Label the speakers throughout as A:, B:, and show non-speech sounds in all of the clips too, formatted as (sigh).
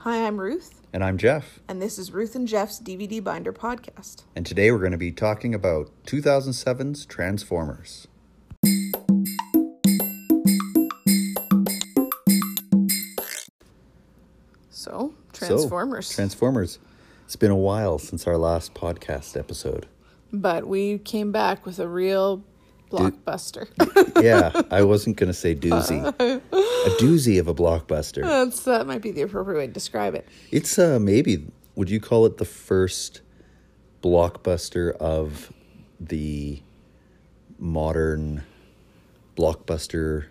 A: Hi, I'm Ruth,
B: And I'm Jeff,
A: and this is Ruth and Jeff's DVD Binder podcast.
B: and today we're going to be talking about 2007's Transformers.
A: So,
B: So,
A: Transformers.
B: Transformers. It's been a while since our last podcast episode.
A: but we came back with a real blockbuster. (laughs)
B: Yeah, I wasn't going to say doozy. A doozy of a blockbuster.
A: That's, that might be the appropriate way to describe it.
B: It's uh, maybe, would you call it the first blockbuster of the modern blockbuster?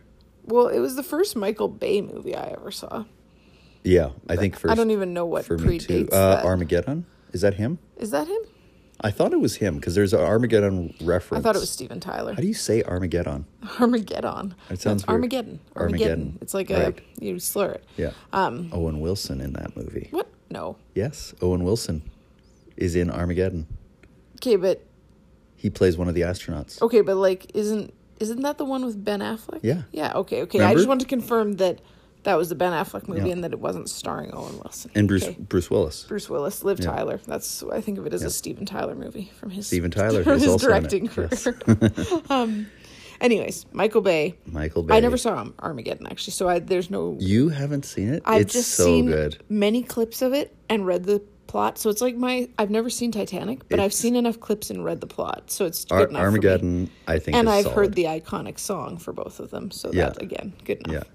A: Well, it was the first Michael Bay movie I ever saw.
B: Yeah, I think first.
A: I don't even know what
B: for me too.
A: predates
B: Uh,
A: that.
B: Armageddon? Is that him?
A: Is that him?
B: I thought it was him because there's an Armageddon
A: I
B: reference.
A: thought it was Steven Tyler.
B: How do you say Armageddon?
A: Armageddon.
B: It sounds
A: That's
B: weird.
A: Armageddon. Armageddon.
B: Armageddon.
A: It's like a
B: Right.
A: you slur it.
B: Yeah. Um, Owen Wilson in that movie.
A: What? No.
B: Yes, Owen Wilson is in Armageddon.
A: Okay, but
B: He plays one of the astronauts.
A: Okay, but like, isn't isn't that the one with Ben Affleck?
B: Yeah.
A: Yeah. Okay. Okay. I
B: Remember?
A: just wanted to confirm that that was the Ben Affleck movie
B: Yeah.
A: and that it wasn't starring Owen Wilson
B: And Bruce
A: Okay.
B: Bruce Willis.
A: Bruce Willis, Liv Tyler. That's I think of it as a Steven Tyler movie from his (laughs)
B: Steven Tyler
A: from
B: is
A: his
B: also in it,
A: directing career.
B: yes.
A: (laughs) um, anyways, Michael Bay.
B: Michael Bay.
A: I never saw him Armageddon actually, so I there's no.
B: You haven't seen it?
A: I've
B: it's
A: just
B: so
A: seen
B: good.
A: many clips of it and read the plot, so it's like my I've never seen Titanic, but I've
B: It's-
A: seen enough clips and read the plot, so it's good
B: Ar-
A: enough for me
B: Armageddon, I think,
A: and
B: is
A: I've
B: solid.
A: heard the iconic song for both of them. So
B: Yeah.
A: that again, good enough.
B: Yeah.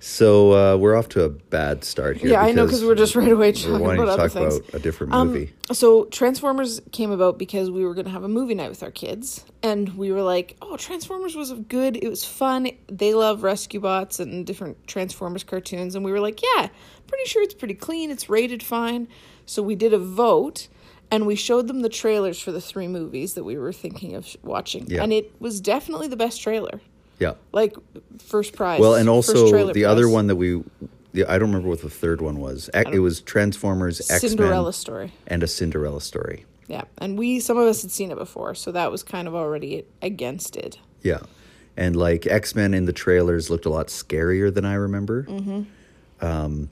B: So uh, we're off to a bad start here.
A: Yeah, I know because we're just right away
B: we're
A: talking
B: wanting
A: about
B: to
A: other
B: talk
A: things.
B: about a different
A: Um,
B: movie.
A: so Transformers came about because we were going to have a movie night with our kids, and we were like, "Oh, Transformers was good. It was fun. They love Rescue Bots and different Transformers cartoons." And we were like, "Yeah, pretty sure it's pretty clean. It's rated fine." So we did a vote, and we showed them the trailers for the three movies that we were thinking of sh- watching,
B: Yeah.
A: and it was definitely the best trailer.
B: yeah.
A: like first prize.
B: Well, and
A: first
B: also
A: trailer
B: the
A: prize.
B: other one that we, the, I don't remember what the third one was. Ac- It was Transformers, X Men,
A: Cinderella story.
B: and a Cinderella story.
A: Yeah, and we some of us had seen it before, so that was kind of already against it.
B: Yeah, and like X Men in the trailers looked a lot scarier than I remember. Mm-hmm. Um.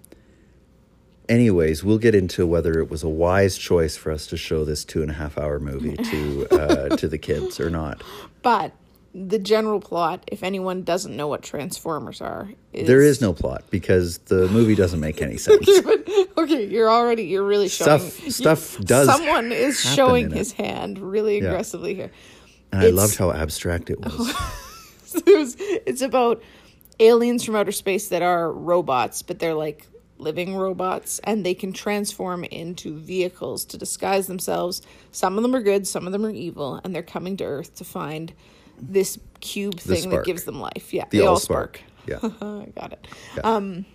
B: Anyways, we'll get into whether it was a wise choice for us to show this two and a half hour
A: (laughs)
B: movie to uh, to the kids or not.
A: But the general plot, if anyone doesn't know what Transformers are, is
B: There is no plot because the movie doesn't make
A: (laughs)
B: any sense.
A: okay. You're already you're really showing
B: Stuff stuff does.
A: someone is
B: happen
A: showing
B: in it.
A: his hand really aggressively here.
B: and I
A: it's-
B: loved how abstract
A: (laughs)
B: it was.
A: There's- it's about aliens from outer space that are robots, but they're like living robots and they can transform into vehicles to disguise themselves. Some of them are good, some of them are evil, and they're coming to Earth to find this cube thing that
B: spark.
A: gives them life. Yeah,
B: The,
A: all Oh,
B: Allspark. Yeah.
A: (laughs) Got it. Um,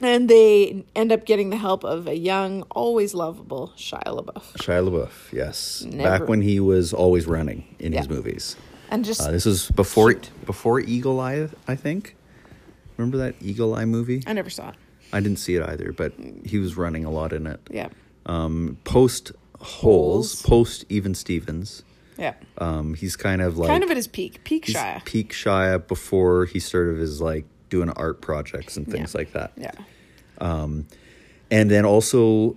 A: and they end up getting the help of a young, always lovable Shia LaBeouf.
B: Shia LaBeouf, yes.
A: Never-
B: Back when he was always running in his
A: Yeah.
B: movies.
A: And just
B: Uh, this is before before Eagle Eye, I think. Remember that Eagle Eye movie?
A: I never saw it.
B: I didn't see it either, but he was running a lot in it.
A: Yeah.
B: Um, post
A: Holes.
B: Holes, post Even Stevens.
A: Yeah.
B: Um, he's kind of like
A: kind of at his peak. Peak
B: he's
A: Shia.
B: peak Shia before he sort of is like doing art projects and things
A: Yeah.
B: like that.
A: yeah.
B: and then also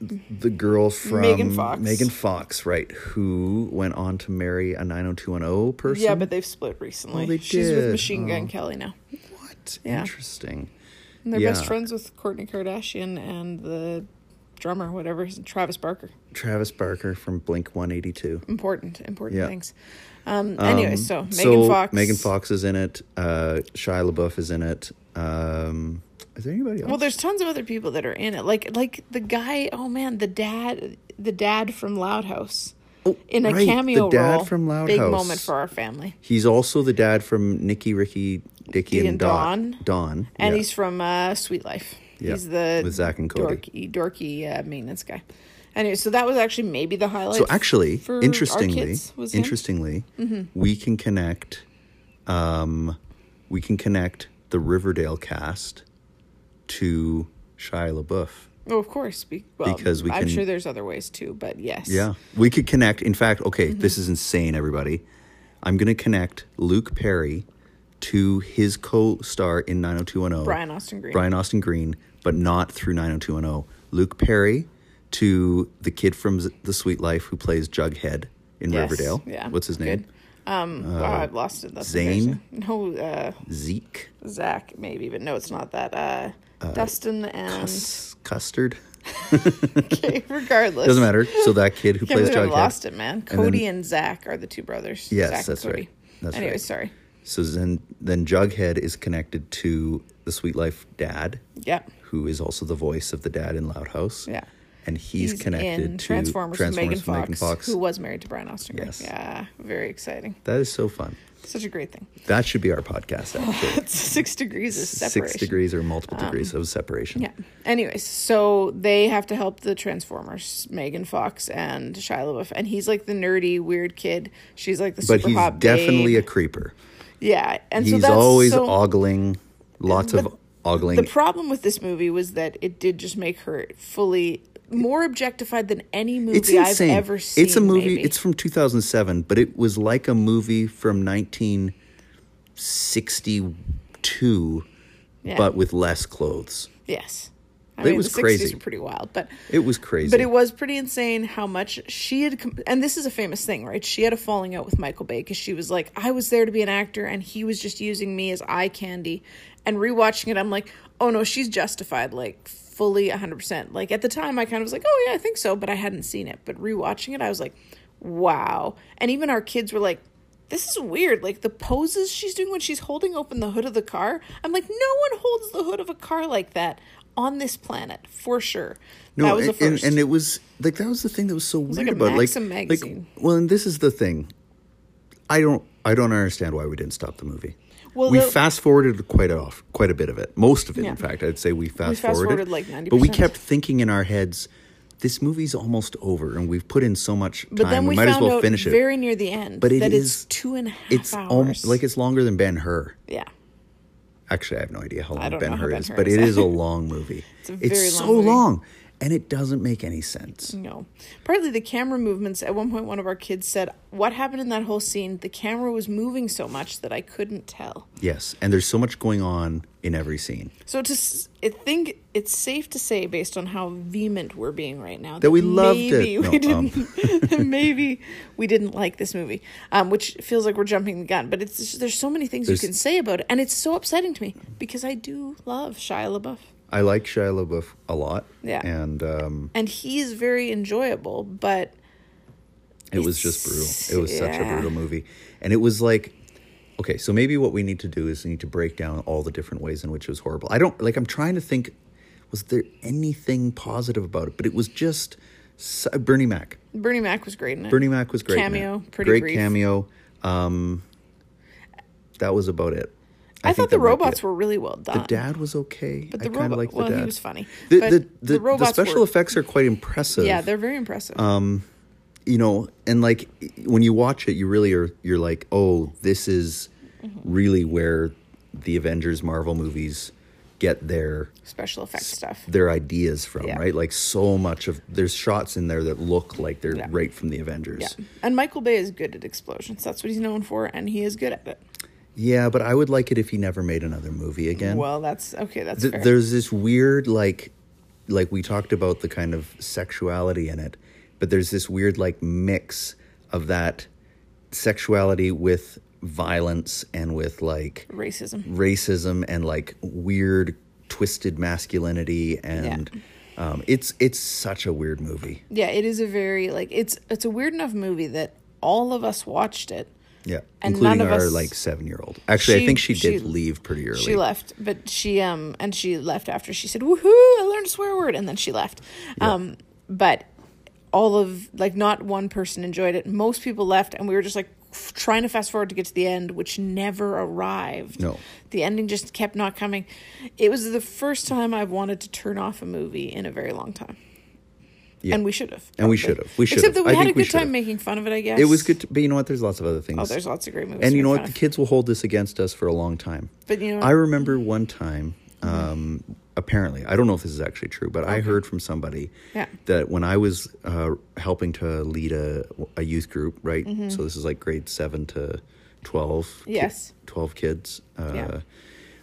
B: the girl from
A: Megan Fox.
B: Megan Fox, right? Who went on to marry a 90210 person?
A: Yeah, but they've split recently.
B: Oh, they
A: She's with
B: did. Oh.
A: Machine Gun Kelly now.
B: what?
A: Yeah.
B: Interesting.
A: And they're best
B: Yeah.
A: friends with Courtney Kardashian and the drummer, whatever, his- Travis Barker.
B: Travis Barker from Blink 182.
A: Important, important
B: Yeah.
A: things. Um, anyway, so Megan
B: so
A: Fox.
B: Megan Fox is in it. Uh, Shia LaBeouf is in it. Um, is there anybody else?
A: Well, there's tons of other people that are in it. Like like the guy, oh man, the dad, the dad from Loud House. in a
B: Oh, right, the
A: cameo
B: dad
A: role.
B: from Loud
A: Big
B: House.
A: moment for our family.
B: he's also the dad from Nicky, Ricky, Dicky,
A: Dee
B: and,
A: and
B: Don.
A: Don.
B: Don.
A: And
B: yeah.
A: he's from uh, Sweet Life.
B: Yeah,
A: He's the
B: with Zach and Cody.
A: dorky, dorky uh, maintenance guy. Anyway, so that was actually maybe the highlight.
B: So actually,
A: for our
B: interestingly,
A: kids was Mm-hmm. him.
B: interestingly, we can connect. Um, we can connect the Riverdale cast to Shia LaBeouf.
A: Oh, of course. Be- well,
B: Because we
A: I'm
B: can-
A: sure there's other ways too, but yes.
B: Yeah, we could
A: Mm-hmm.
B: connect. In fact, okay, this is insane, everybody. I'm going to connect Luke Perry to his co-star in 90210,
A: Brian Austin Green.
B: Brian Austin Green, but not through 90210. Luke Perry to the kid from Z- The Sweet Life who plays Jughead in
A: Yes,
B: Riverdale.
A: yeah,
B: What's his name? Uh,
A: good. Um, wow, I've lost it. That's
B: Zane?
A: embarrassing. (laughs) No, uh,
B: Zeke
A: Zach maybe, but no, it's not that. Uh, Dustin and
B: Cus- Custard.
A: (laughs) okay, regardless,
B: Doesn't matter. So that
A: (laughs)
B: kid who
A: Can't
B: plays
A: believe I
B: Jughead.
A: lost it, man. Cody and, Zach are the two brothers.
B: Yes,
A: Zach and
B: that's
A: Cody.
B: right. That's
A: anyway,
B: right.
A: sorry.
B: So then, then Jughead is connected to the Sweet Life dad,
A: Yeah,
B: who is also the voice of the dad in Loud House.
A: Yeah.
B: And he's,
A: He's
B: connected
A: in
B: to
A: Transformers,
B: Transformers
A: with Megan,
B: from
A: Fox, who was married to Brian Austin. Green.
B: Yes.
A: Yeah, very exciting.
B: That is so fun.
A: Such a great thing. (laughs)
B: That should be our podcast, actually.
A: Six degrees is Oh, separation. Um,
B: Six degrees or multiple degrees of separation.
A: Yeah. Anyways, so they have to help the Transformers, Megan Fox and Shia LaBeouf, and he's like the nerdy, weird kid. She's like the
B: But
A: super
B: he's
A: hot
B: definitely
A: babe.
B: a creeper.
A: yeah. And so
B: He's
A: that's
B: always
A: so,
B: ogling, lots of
A: But
B: ogling.
A: The problem with this movie was that it did just make her fully more objectified than any movie
B: it's insane.
A: I've ever seen.
B: it's a movie.
A: maybe.
B: It's from 2007, but it was like a movie from 1962,
A: Yeah.
B: but with less clothes.
A: yes. I
B: It was
A: the 60s
B: crazy.
A: were pretty wild, but
B: It was crazy.
A: But it was pretty insane how much she had, com- and this is a famous thing, right? She had a falling out with Michael Bay because she was like, I was there to be an actor, and he was just using me as eye candy. And rewatching it, I'm like, oh no, she's justified, like fully 100%. Like at the time, I kind of was like, oh yeah, I think so, but I hadn't seen it. But rewatching it, I was like, wow. And even our kids were like, this is weird. Like the poses she's doing when she's holding open the hood of the car. I'm like, no one holds the hood of a car like that on this planet for sure. that was a
B: and,
A: first.
B: And, and it was like that was the thing that was so weird
A: like a
B: about it.
A: Maxim
B: like
A: magazine.
B: Like, well, and this is the thing. I don't. I don't understand why we didn't stop the movie.
A: Well,
B: we
A: the-
B: fast forwarded quite off, quite a bit of it. Most of it,
A: Yeah.
B: in fact, I'd say we fast
A: fast-forwarded,
B: forwarded
A: like,
B: But we
A: 90%.
B: kept thinking in our heads, this movie's almost over, and we've put in so much time.
A: But then we,
B: might
A: found
B: as well
A: out
B: finish it.
A: very near the end
B: But it
A: that
B: is-
A: it's two and a half
B: it's
A: hours.
B: almo- like it's longer than Ben Hur.
A: yeah,
B: Actually, I have no idea how long
A: don't
B: Ben
A: know how
B: Hur
A: Ben
B: is,
A: Hur
B: but
A: is.
B: it
A: (laughs)
B: is a long movie. it's
A: a very long
B: so
A: movie.
B: long, and it doesn't make any sense.
A: no. Partly the camera movements. At one point, one of our kids said, "What happened in that whole scene? The camera was moving so much that I couldn't tell."
B: Yes, and there's so much going on in every scene
A: So to s- I think it's safe to say, based on how vehement we're being right now, that,
B: we loved it.
A: maybe
B: No,
A: We
B: um.
A: didn't, (laughs) that maybe we didn't like this movie, um, which feels like we're jumping the gun. But it's just- there's so many things
B: There's-
A: you can say about it, and it's so upsetting to me because I do love Shia LaBeouf,
B: I like Shia LaBeouf a lot.
A: Yeah.
B: and um,
A: and he's very enjoyable. But
B: it was just brutal. It was such a
A: Yeah.
B: brutal movie, and it was like, okay, so maybe what we need to do is we need to break down all the different ways in which it was horrible. I don't like. I'm trying to think, was there anything positive about it? But it was just so- Bernie Mac.
A: Bernie Mac was great in it.
B: Bernie Mac was great. in it.
A: Cameo, pretty
B: great
A: brief.
B: cameo. Um, that was about it.
A: I,
B: think
A: thought the
B: that might be
A: robots
B: it.
A: were really well done.
B: The dad was okay.
A: But
B: I
A: the
B: kind
A: robot-
B: of liked the
A: well, he
B: dad.
A: was funny.
B: The,
A: But
B: the,
A: the
B: the, the
A: robots
B: special
A: were-
B: effects are quite impressive.
A: yeah, they're very impressive.
B: um, you know, and like when you watch it, you really are. You're like, oh, this is
A: Mm-hmm.
B: really where the Avengers Marvel movies get their
A: Special effect stuff.
B: their ideas from,
A: Yeah.
B: right? Like so much of there's shots in there that look like they're
A: Yeah.
B: right from the Avengers.
A: Yeah, and Michael Bay is good at explosions. That's what he's known for, and he is good at it.
B: Yeah, but I would like it if he never made another movie again.
A: Well, that's okay. That's
B: Th-
A: fair.
B: there's this weird like like we talked about the kind of sexuality in it, but there's this weird like mix of that sexuality with violence and with like
A: racism.
B: racism and like weird twisted masculinity and um, it's it's such a weird movie.
A: Yeah, it is a very like it's it's a weird enough movie that all of us watched it.
B: Yeah,
A: And
B: including
A: none of
B: our
A: us-
B: like seven year old. Actually, I
A: She-
B: think she
A: she-
B: did leave pretty early.
A: She left, but she um and she left after she said woohoo, I learned a swear word and then she left. Um but all of like not one person enjoyed it. Most people left and we were just like f- trying to fast forward to get to the end which never arrived.
B: No.
A: The ending just kept not coming. It was the first time I've wanted to turn off a movie in a very long time.
B: Yeah.
A: And we should have.
B: And
A: probably.
B: we should have. We should
A: Except
B: have.
A: that we
B: I
A: had a
B: think we
A: good
B: should
A: time
B: have.
A: making fun of it, I guess.
B: It was good, to, but you know what? There's lots of other things.
A: Oh, there's lots of great movies.
B: and
A: to
B: you know
A: make
B: what
A: fun
B: the
A: of.
B: kids will hold this against us for a long time
A: But you know
B: i
A: what?
B: remember one time um, apparently i don't know if this is actually true but i heard from somebody
A: Yeah.
B: that when i was
A: Mm-hmm.
B: uh, helping to lead a, a youth group right so this is like grade 7 to 12 ki-
A: Yes.
B: 12 kids uh,
A: Yeah.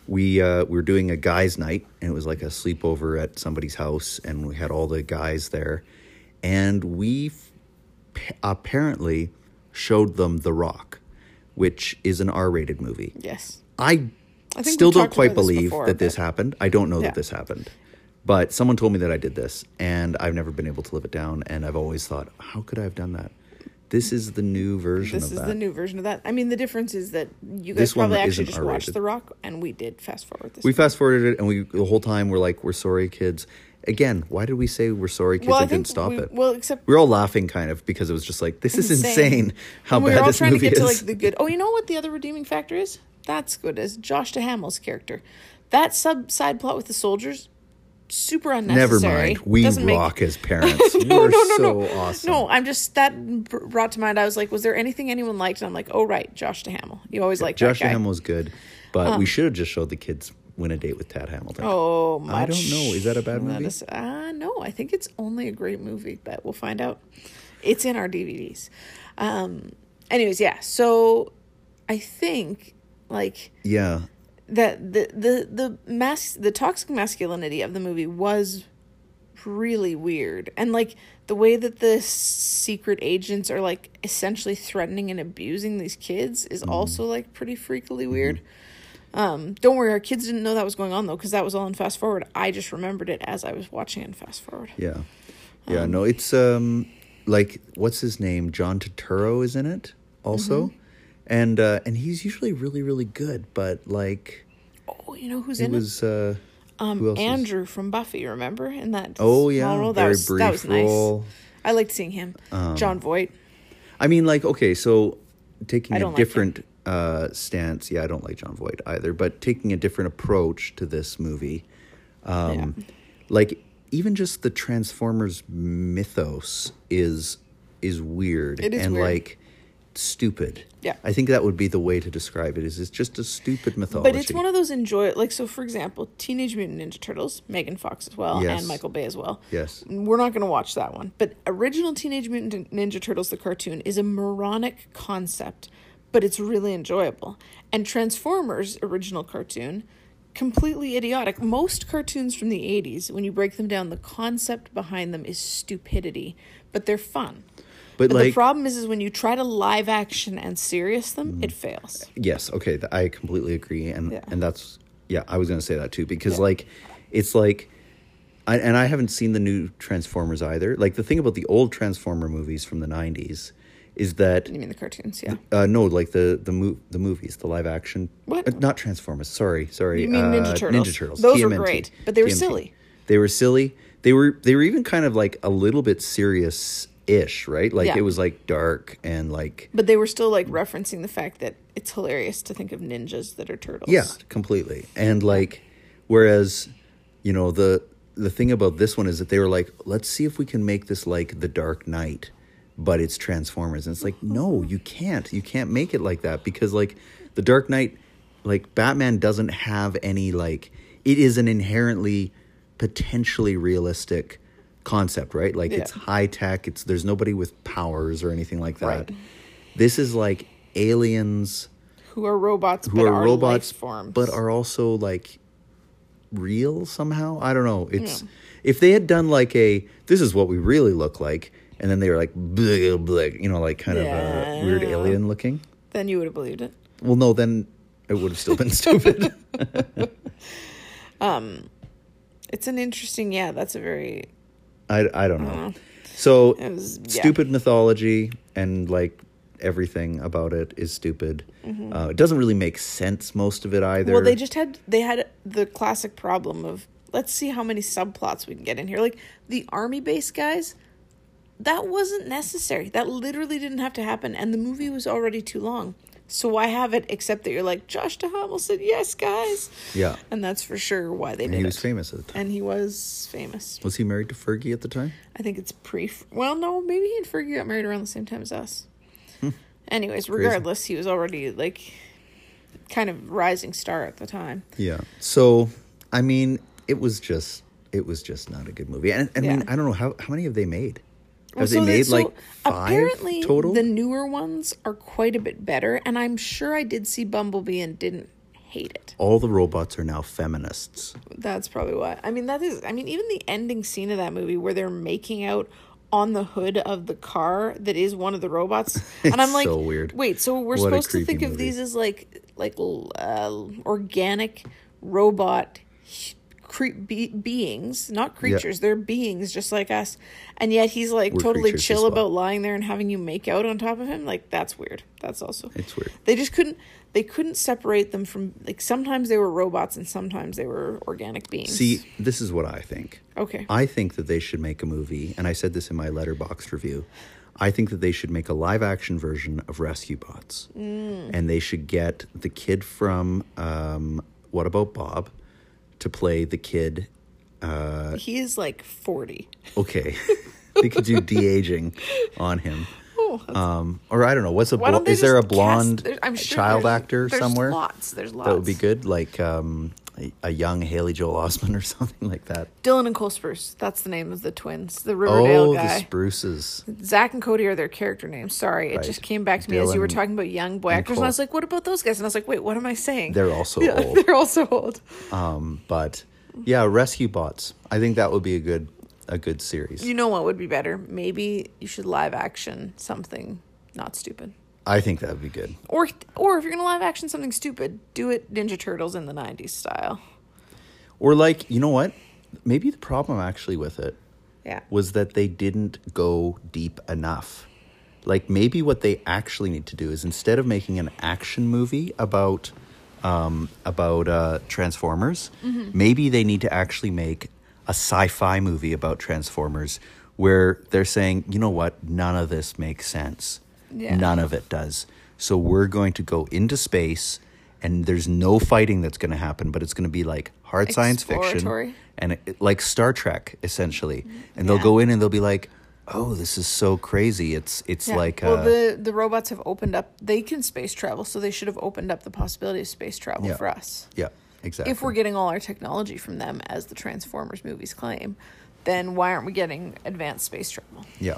B: we uh, we were doing a guys night and it was like a sleepover at somebody's house and we had all the guys there and we f- p- apparently showed them the rock which is an r-rated movie
A: Yes.
B: i,
A: I think
B: still
A: we
B: don't
A: talked
B: quite
A: about this
B: believe
A: before,
B: that this happened i don't know
A: Yeah.
B: that this happened but someone told me that i did this and i've never been able to live it down and i've always thought how could i have done that this is the new version
A: This
B: of
A: is
B: that
A: the new version of that. I mean, the difference is that you guys
B: This one
A: probably actually
B: isn't
A: just
B: R-rated.
A: watched The Rock, and we did fast forward this.
B: We fast forwarded it, and we the whole time we're like, "We're sorry, kids." Again, why did we say we're sorry, kids?
A: well,
B: and
A: I think
B: didn't stop
A: we,
B: it.
A: Well, except
B: we were all laughing, kind of, because it was just like, "This is insane, how
A: And
B: bad
A: we were all
B: this
A: trying to
B: movie
A: get
B: is."
A: to like the good. Oh, you know what the other redeeming factor is? That's good. Is Josh DeHamel's character that sub side plot with the soldiers? Super
B: Never
A: unnecessary.
B: mind, we
A: Doesn't make-
B: rock as parents.
A: (laughs) No,
B: we're
A: no, no,
B: so
A: no.
B: awesome.
A: No, I'm just that br- brought to mind. I was like, was there anything anyone liked? And I'm like, oh right, Josh DeHamel. You always like
B: Josh
A: that guy. Um,
B: Ham was good, but we should have just showed the kids "Win a Date with Tad Hamilton."
A: Oh, much.
B: I don't know. Is that a
A: That
B: bad movie?
A: is- uh, no, I think it's only a great movie, but we'll find out. It's in our DVDs. Um, anyways, yeah. So I think like
B: yeah,
A: that the the the mas- the toxic masculinity of the movie was really weird and like the way that the secret agents are like essentially threatening and abusing these kids is
B: Mm-hmm.
A: also like pretty freakily weird um don't worry our kids didn't know that was going on though because that was all in fast forward i just remembered it as i was watching it in fast forward
B: yeah, yeah. no, it's um, like what's his name? John Turturro is in it also,
A: Mm-hmm.
B: and uh, and he's usually really really good, but like.
A: oh you know who's
B: It
A: in
B: was uh, who
A: it
B: else? was-
A: Um, andrew from buffy remember in that
B: Oh,
A: small
B: yeah,
A: role? that
B: very
A: was that
B: brief
A: was nice
B: role. Um,
A: i liked seeing him john voight
B: I mean, like, okay, so taking
A: I
B: a
A: don't like him.
B: different uh, stance. Yeah, I don't like John Voight either, but taking a different approach to this movie, um, like even just the Transformers mythos is is weird
A: It is
B: and
A: weird.
B: like stupid.
A: Yeah.
B: I think that would be the way to describe it. Is it's just a stupid mythology.
A: But it's one of those enjoy like so for example, Teenage Mutant Ninja Turtles, Megan Fox as well,
B: Yes.
A: and Michael Bay as well.
B: Yes.
A: We're not going to watch that one. But original Teenage Mutant Ninja Turtles the cartoon is a moronic concept, but it's really enjoyable. And Transformers original cartoon completely idiotic. Most cartoons from the 80s when you break them down the concept behind them is stupidity, but they're fun. But
B: But,
A: the
B: like,
A: problem is, is when you try to live action and serious them, it fails.
B: Yes. Okay. th- I completely agree, and
A: Yeah.
B: and that's yeah. I was going to say that too because
A: Yeah.
B: like, it's like, I, and I haven't seen the new Transformers either. Like the thing about the old Transformer movies from the '90s is that
A: You mean the cartoons, yeah.
B: uh, no, like the the mo- the movies, the live action.
A: What?
B: uh, not Transformers. Sorry, sorry.
A: You mean Ninja
B: uh,
A: Turtles.
B: Ninja Turtles.
A: Those were great, but they were silly.
B: They were silly. They were they were even kind of like a little bit serious ish, right? Like
A: Yeah.
B: it was like dark and like
A: But they were still like referencing the fact that it's hilarious to think of ninjas that are turtles.
B: Yeah, completely. And like, whereas, you know, the the thing about this one is that they were like, let's see if we can make this like The Dark Knight, but it's Transformers. And it's
A: (laughs)
B: like, no, you can't. You can't make it like that because like The Dark Knight, like Batman doesn't have any like it is an inherently potentially realistic concept, right? Like
A: Yeah.
B: it's high tech. It's there's nobody with powers or anything like that.
A: Right.
B: This is like aliens
A: Who are robots
B: who
A: but
B: are, robots
A: life forms.
B: but are also like real somehow i don't know it's if they had done like a this is what we really look like and then they were like blah, blah, you know like kind of a weird
A: Yeah.
B: alien looking
A: then you would have believed it.
B: well no then it would have still been (laughs) stupid
A: It's an interesting yeah, that's a very
B: I, I don't know so
A: Mm-hmm. It was- yeah.
B: stupid mythology and like everything about it is stupid uh, it doesn't really make sense most of it either
A: Mm-hmm. Well, they just had they had the classic problem of let's see how many subplots we can get in here. Like the army base guys, that wasn't necessary. That literally didn't have to happen, and the movie was already too long. So why have it except that you're like Josh DeHamel said yes, guys.
B: Yeah.
A: and that's for sure why they did
B: he
A: it.
B: was famous at the time
A: and he was famous.
B: was he married to fergie at the time
A: I think it's pre. Well, no, maybe he and Fergie got married around the same time as us.
B: Hmm.
A: Anyways, regardless, he was already like kind of rising star at the time.
B: Yeah. So, I mean, it was just it was just not a good movie. And, and I mean,
A: Yeah.
B: I don't know how how many have they made? Have
A: so
B: they made
A: so
B: like five
A: apparently
B: total?
A: the newer ones are quite a bit better, and I'm sure I did see Bumblebee and didn't hate it.
B: All the robots are now feminists.
A: That's probably why. I mean, that is. I mean, even the ending scene of that movie where they're making out on the hood of the car that is one of the robots, and I'm
B: (laughs) It's
A: like,
B: so weird.
A: Wait, so we're
B: What a
A: supposed to
B: creepy
A: think of
B: movie.
A: these as like like uh, organic robot cre- be- beings, not creatures. They're beings just like us, and yet he's like
B: We're
A: totally
B: creatures
A: chill
B: as well.
A: about lying there and having you make out on top of him. Like that's weird. That's also
B: It's weird.
A: they just couldn't they couldn't separate them from like sometimes they were robots and sometimes they were organic beings
B: See, this is what I think.
A: okay
B: I think that they should make a movie, and I said this in my letterbox review. I think that they should make a live action version of Rescue Bots.
A: Mm.
B: And they should get the kid from um, What About Bob to play the kid.
A: he is like 40
B: Okay. (laughs) they could do de aging
A: (laughs)
B: on him. um, or I don't know. What's a
A: Oh, why
B: blo-
A: don't they
B: is there a
A: just cast-
B: blonde
A: there- I'm sure
B: child
A: there's-
B: actor
A: there's
B: somewhere
A: lots there's lots
B: that would be good? Like um, a, a young Haley Joel Osment (laughs) or something like that.
A: dylan and cole spruce that's the name of the twins the riverdale
B: oh, the
A: guy
B: spruces.
A: zach and cody are their character names sorry it just
B: Right.
A: came back to me as you were
B: Dylan
A: talking about young boy actors and,
B: Cole.
A: i was like what about those guys and i was like wait what am i saying (laughs)
B: They're also
A: Yeah,
B: old.
A: they're also old
B: Um, but yeah, rescue bots. I think that would be a good a good series.
A: you know what would be better maybe you should live action something not stupid
B: I think that would be good.
A: Or or if you're gonna live action something stupid, do it Ninja Turtles in the '90s style.
B: Or like, you know what? Maybe the problem actually with it
A: Yeah.
B: was that they didn't go deep enough. Like maybe what they actually need to do is instead of making an action movie about um, about uh, Transformers,
A: Mm-hmm.
B: maybe they need to actually make a sci-fi movie about Transformers where they're saying, you know what, none of this makes sense.
A: Yeah.
B: None of it does. So we're going to go into space and there's no fighting that's going to happen, but it's going to be like hard science
A: Exploratory.
B: fiction and it- it, like Star Trek essentially.
A: Mm-hmm.
B: And they'll go in and they'll be like, "Oh, this is so crazy. It's it's
A: Yeah.
B: like
A: well,
B: uh,
A: the the robots have opened up. They can space travel, so they should have opened up the possibility of space travel
B: Yeah.
A: for us.
B: yeah, exactly.
A: If we're getting all our technology from them, as the Transformers movies claim, then why aren't we getting advanced space travel?
B: yeah.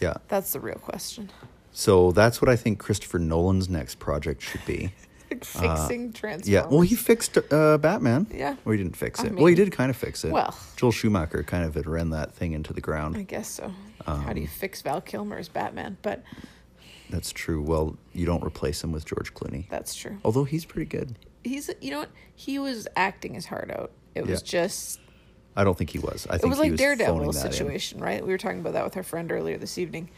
B: Yeah.
A: That's the real question. (laughs)
B: So that's what I think Christopher Nolan's next project should
A: (laughs)
B: be.
A: Like fixing Transformers.
B: Uh, Yeah. Well, he fixed uh, Batman.
A: Yeah.
B: Well, he didn't fix
A: I
B: it. well, he
A: mean-
B: did kind of fix it.
A: Well.
B: Joel Schumacher kind of had ran that thing into the ground.
A: I guess so. How
B: Um,
A: do you fix Val Kilmer as Batman? But
B: That's true. Well, you don't replace him with George Clooney.
A: that's true.
B: Although he's pretty good.
A: He's you know what? He was acting his heart out. It was
B: Yeah.
A: just
B: I don't think he was. I think
A: it was
B: he
A: like
B: was phoning
A: Daredevil
B: that in.
A: situation, right? We were talking about that with our friend earlier this evening.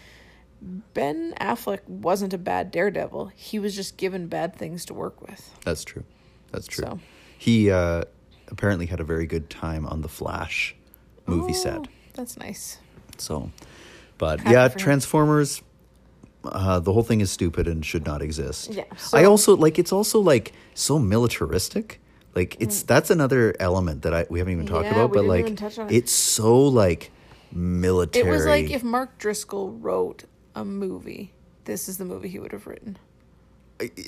A: Ben Affleck wasn't a bad Daredevil. He was just given bad things to work with.
B: That's true. That's true.
A: So-
B: He uh, apparently had a very good time on the Flash movie set.
A: Oh, That's nice.
B: So, but
A: Happy
B: yeah,
A: for him.
B: Transformers. Uh, the whole thing is stupid and should not exist.
A: Yeah,
B: I
A: so-
B: also like it's also like so militaristic. Like it's that's another element that I we haven't even talked
A: Mm. Yeah,
B: about,
A: we
B: but
A: didn't
B: like
A: even touch on it.
B: it's so like
A: It
B: military.
A: was like if Mark Driscoll wrote a movie, this is the movie he would have written.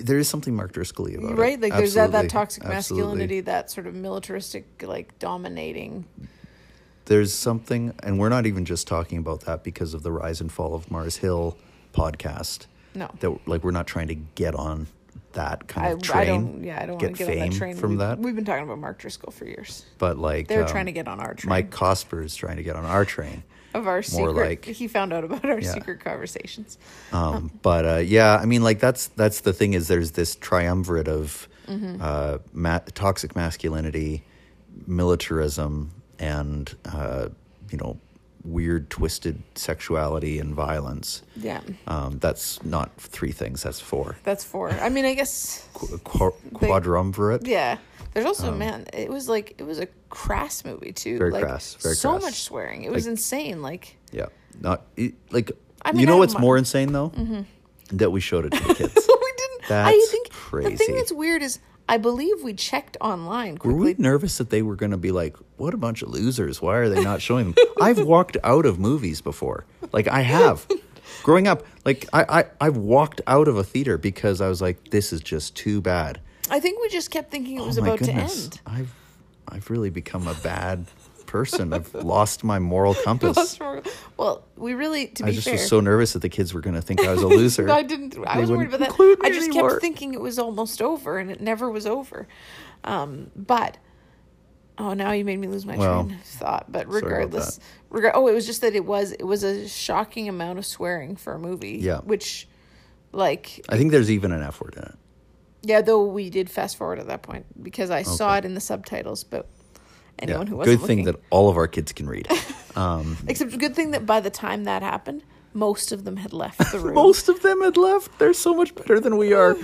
B: there is something Mark Driscoll about
A: Right?
B: it.
A: Like there's that, that
B: Absolutely.
A: toxic
B: Absolutely.
A: masculinity, that sort of militaristic, like dominating.
B: there's something, and we're not even just talking about that because of the rise and fall of Mars Hill podcast.
A: No.
B: that like we're not trying to get on that kind
A: I,
B: of train.
A: I don't yeah, I don't want to get on that train.
B: from
A: we've,
B: that.
A: we've been talking about Mark Driscoll for years.
B: but like
A: They were
B: um,
A: trying to get on our train.
B: Mike Cosper is trying to get on
A: (laughs)
B: our train.
A: of our secret
B: like-
A: he found out about our
B: Yeah.
A: secret conversations.
B: Um, but uh, yeah, I mean, like that's that's the thing is there's this triumvirate of
A: Mm-hmm.
B: uh, ma- toxic masculinity, militarism, and uh, you know weird twisted sexuality and violence.
A: Yeah.
B: Um, that's not three things. That's four.
A: That's four. I mean, I guess
B: Qu- qu- quadrumvirate.
A: yeah. There's also man, it was like it was a crass movie too.
B: Um, Very
A: like,
B: crass, very
A: so
B: crass.
A: much swearing. It was insane. Like (laughs)
B: Yeah. Not it, like
A: I mean, Mm-hmm.
B: you know
A: I
B: what's
A: don't mi-
B: more insane though that we showed it to
A: (laughs)
B: the kids.
A: we didn't. I
B: That's
A: think the
B: crazy.
A: thing that's weird is I believe we checked online
B: Were
A: quickly.
B: we nervous that they were going to be like, "What a bunch of losers! Why are they not
A: (laughs)
B: showing them?" I've walked out of movies before. Like I have. Growing up, like I, I I've walked out of a theater because I was like, "This is just too bad."
A: I think we just kept thinking it was
B: oh my
A: about
B: goodness,
A: to end.
B: I've I've really become a bad person. I've lost
A: (laughs)
B: my moral compass.
A: (laughs) well, we really, to be
B: I just
A: fair,
B: was so nervous that the kids were going to think I
A: (laughs)
B: was a loser.
A: I didn't. I
B: They
A: was worried
B: wouldn't
A: about that.
B: include me
A: I just
B: anymore.
A: kept thinking it was almost over, and it never was over. Um, but oh, now you made me lose my
B: Well,
A: train of thought. But
B: about
A: regardless,
B: that.
A: reg- oh, it was just that it was it was a shocking amount of swearing for a movie.
B: Yeah.
A: which like
B: I think there's even an F word in it.
A: yeah, though we did fast forward at that point because I saw it in the subtitles, but. Anyone who wasn't
B: Good thing
A: looking,
B: that all of our kids can
A: (laughs)
B: read.
A: except good thing that by the time that happened, most of them had left
B: (laughs)
A: the room.
B: Most of them had left. They're so much better than we
A: (sighs)
B: are.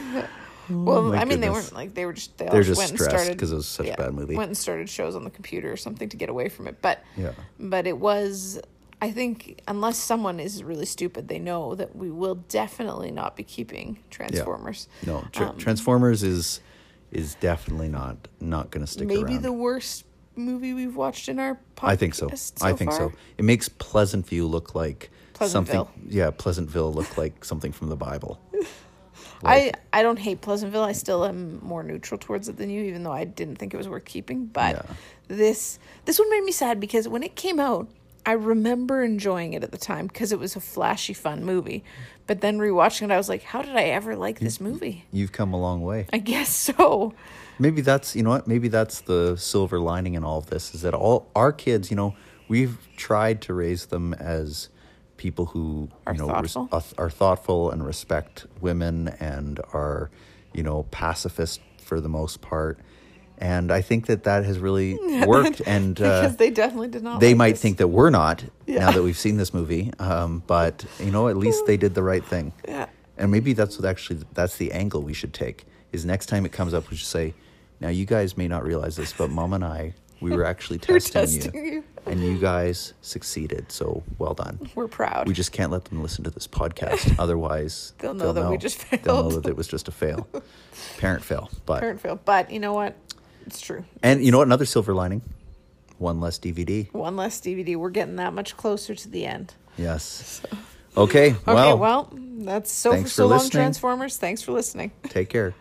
A: Well,
B: my
A: I mean, they
B: goodness.
A: weren't like they were just they all
B: They're just
A: went and
B: stressed
A: started
B: 'cause it was such a bad movie.
A: Went and started shows on the computer or something to get away from it. But
B: Yeah.
A: but it was. I think unless someone is really stupid, they know that we will definitely not be keeping Transformers. Um,
B: No, tra- Transformers is is definitely not not going to stick
A: Maybe
B: around.
A: the worst movie we've watched in our podcast.
B: I think so. I think
A: far.
B: so. It makes Pleasantview look like something.
A: Pleasantville.
B: Yeah, Pleasantville look like something from the
A: (laughs)
B: Bible.
A: I I don't hate Pleasantville. I still am more neutral towards it than you, even though I didn't think it was worth keeping. But
B: Yeah.
A: this this one made me sad because when it came out, I remember enjoying it at the time because it was a flashy, fun movie. But then rewatching it, I was like, how did I ever like this
B: Mm-hmm.
A: movie?
B: You've come a long way.
A: I guess (laughs) so.
B: Maybe that's you know what. Maybe that's the silver lining in all of this is that all our kids, you know, we've tried to raise them as people who
A: Are
B: you know res-
A: thoughtful.
B: are- are thoughtful and respect women and are you know pacifist for the most part. And I think that that has really
A: (laughs)
B: worked. And uh,
A: Because they definitely did not.
B: they
A: like
B: might
A: this.
B: think that we're not now that we've seen this movie. Um, but you know, at least they did the right thing.
A: Yeah.
B: And maybe that's what actually that's the angle we should take. Is next time it comes up, we should say, "Now you guys may not realize this, but mom and I, we were actually
A: (laughs) We're
B: testing,
A: testing
B: you,
A: you.
B: and you guys succeeded. So well done.
A: we're proud.
B: We just can't let them listen to
A: (laughs)
B: this podcast, otherwise
A: They'll know that we just
B: They'll know
A: failed.
B: that it was just
A: (laughs)
B: a fail, parent fail. But
A: Parent fail. But you know what? It's true.
B: and you know what? Another silver lining: one less DVD.
A: One less DVD. We're getting that much closer to the end.
B: Yes. Okay.
A: (laughs) Okay,
B: well,
A: well, that's so
B: thanks
A: for
B: for
A: so long,
B: listening.
A: Transformers. Thanks for listening.
B: take care.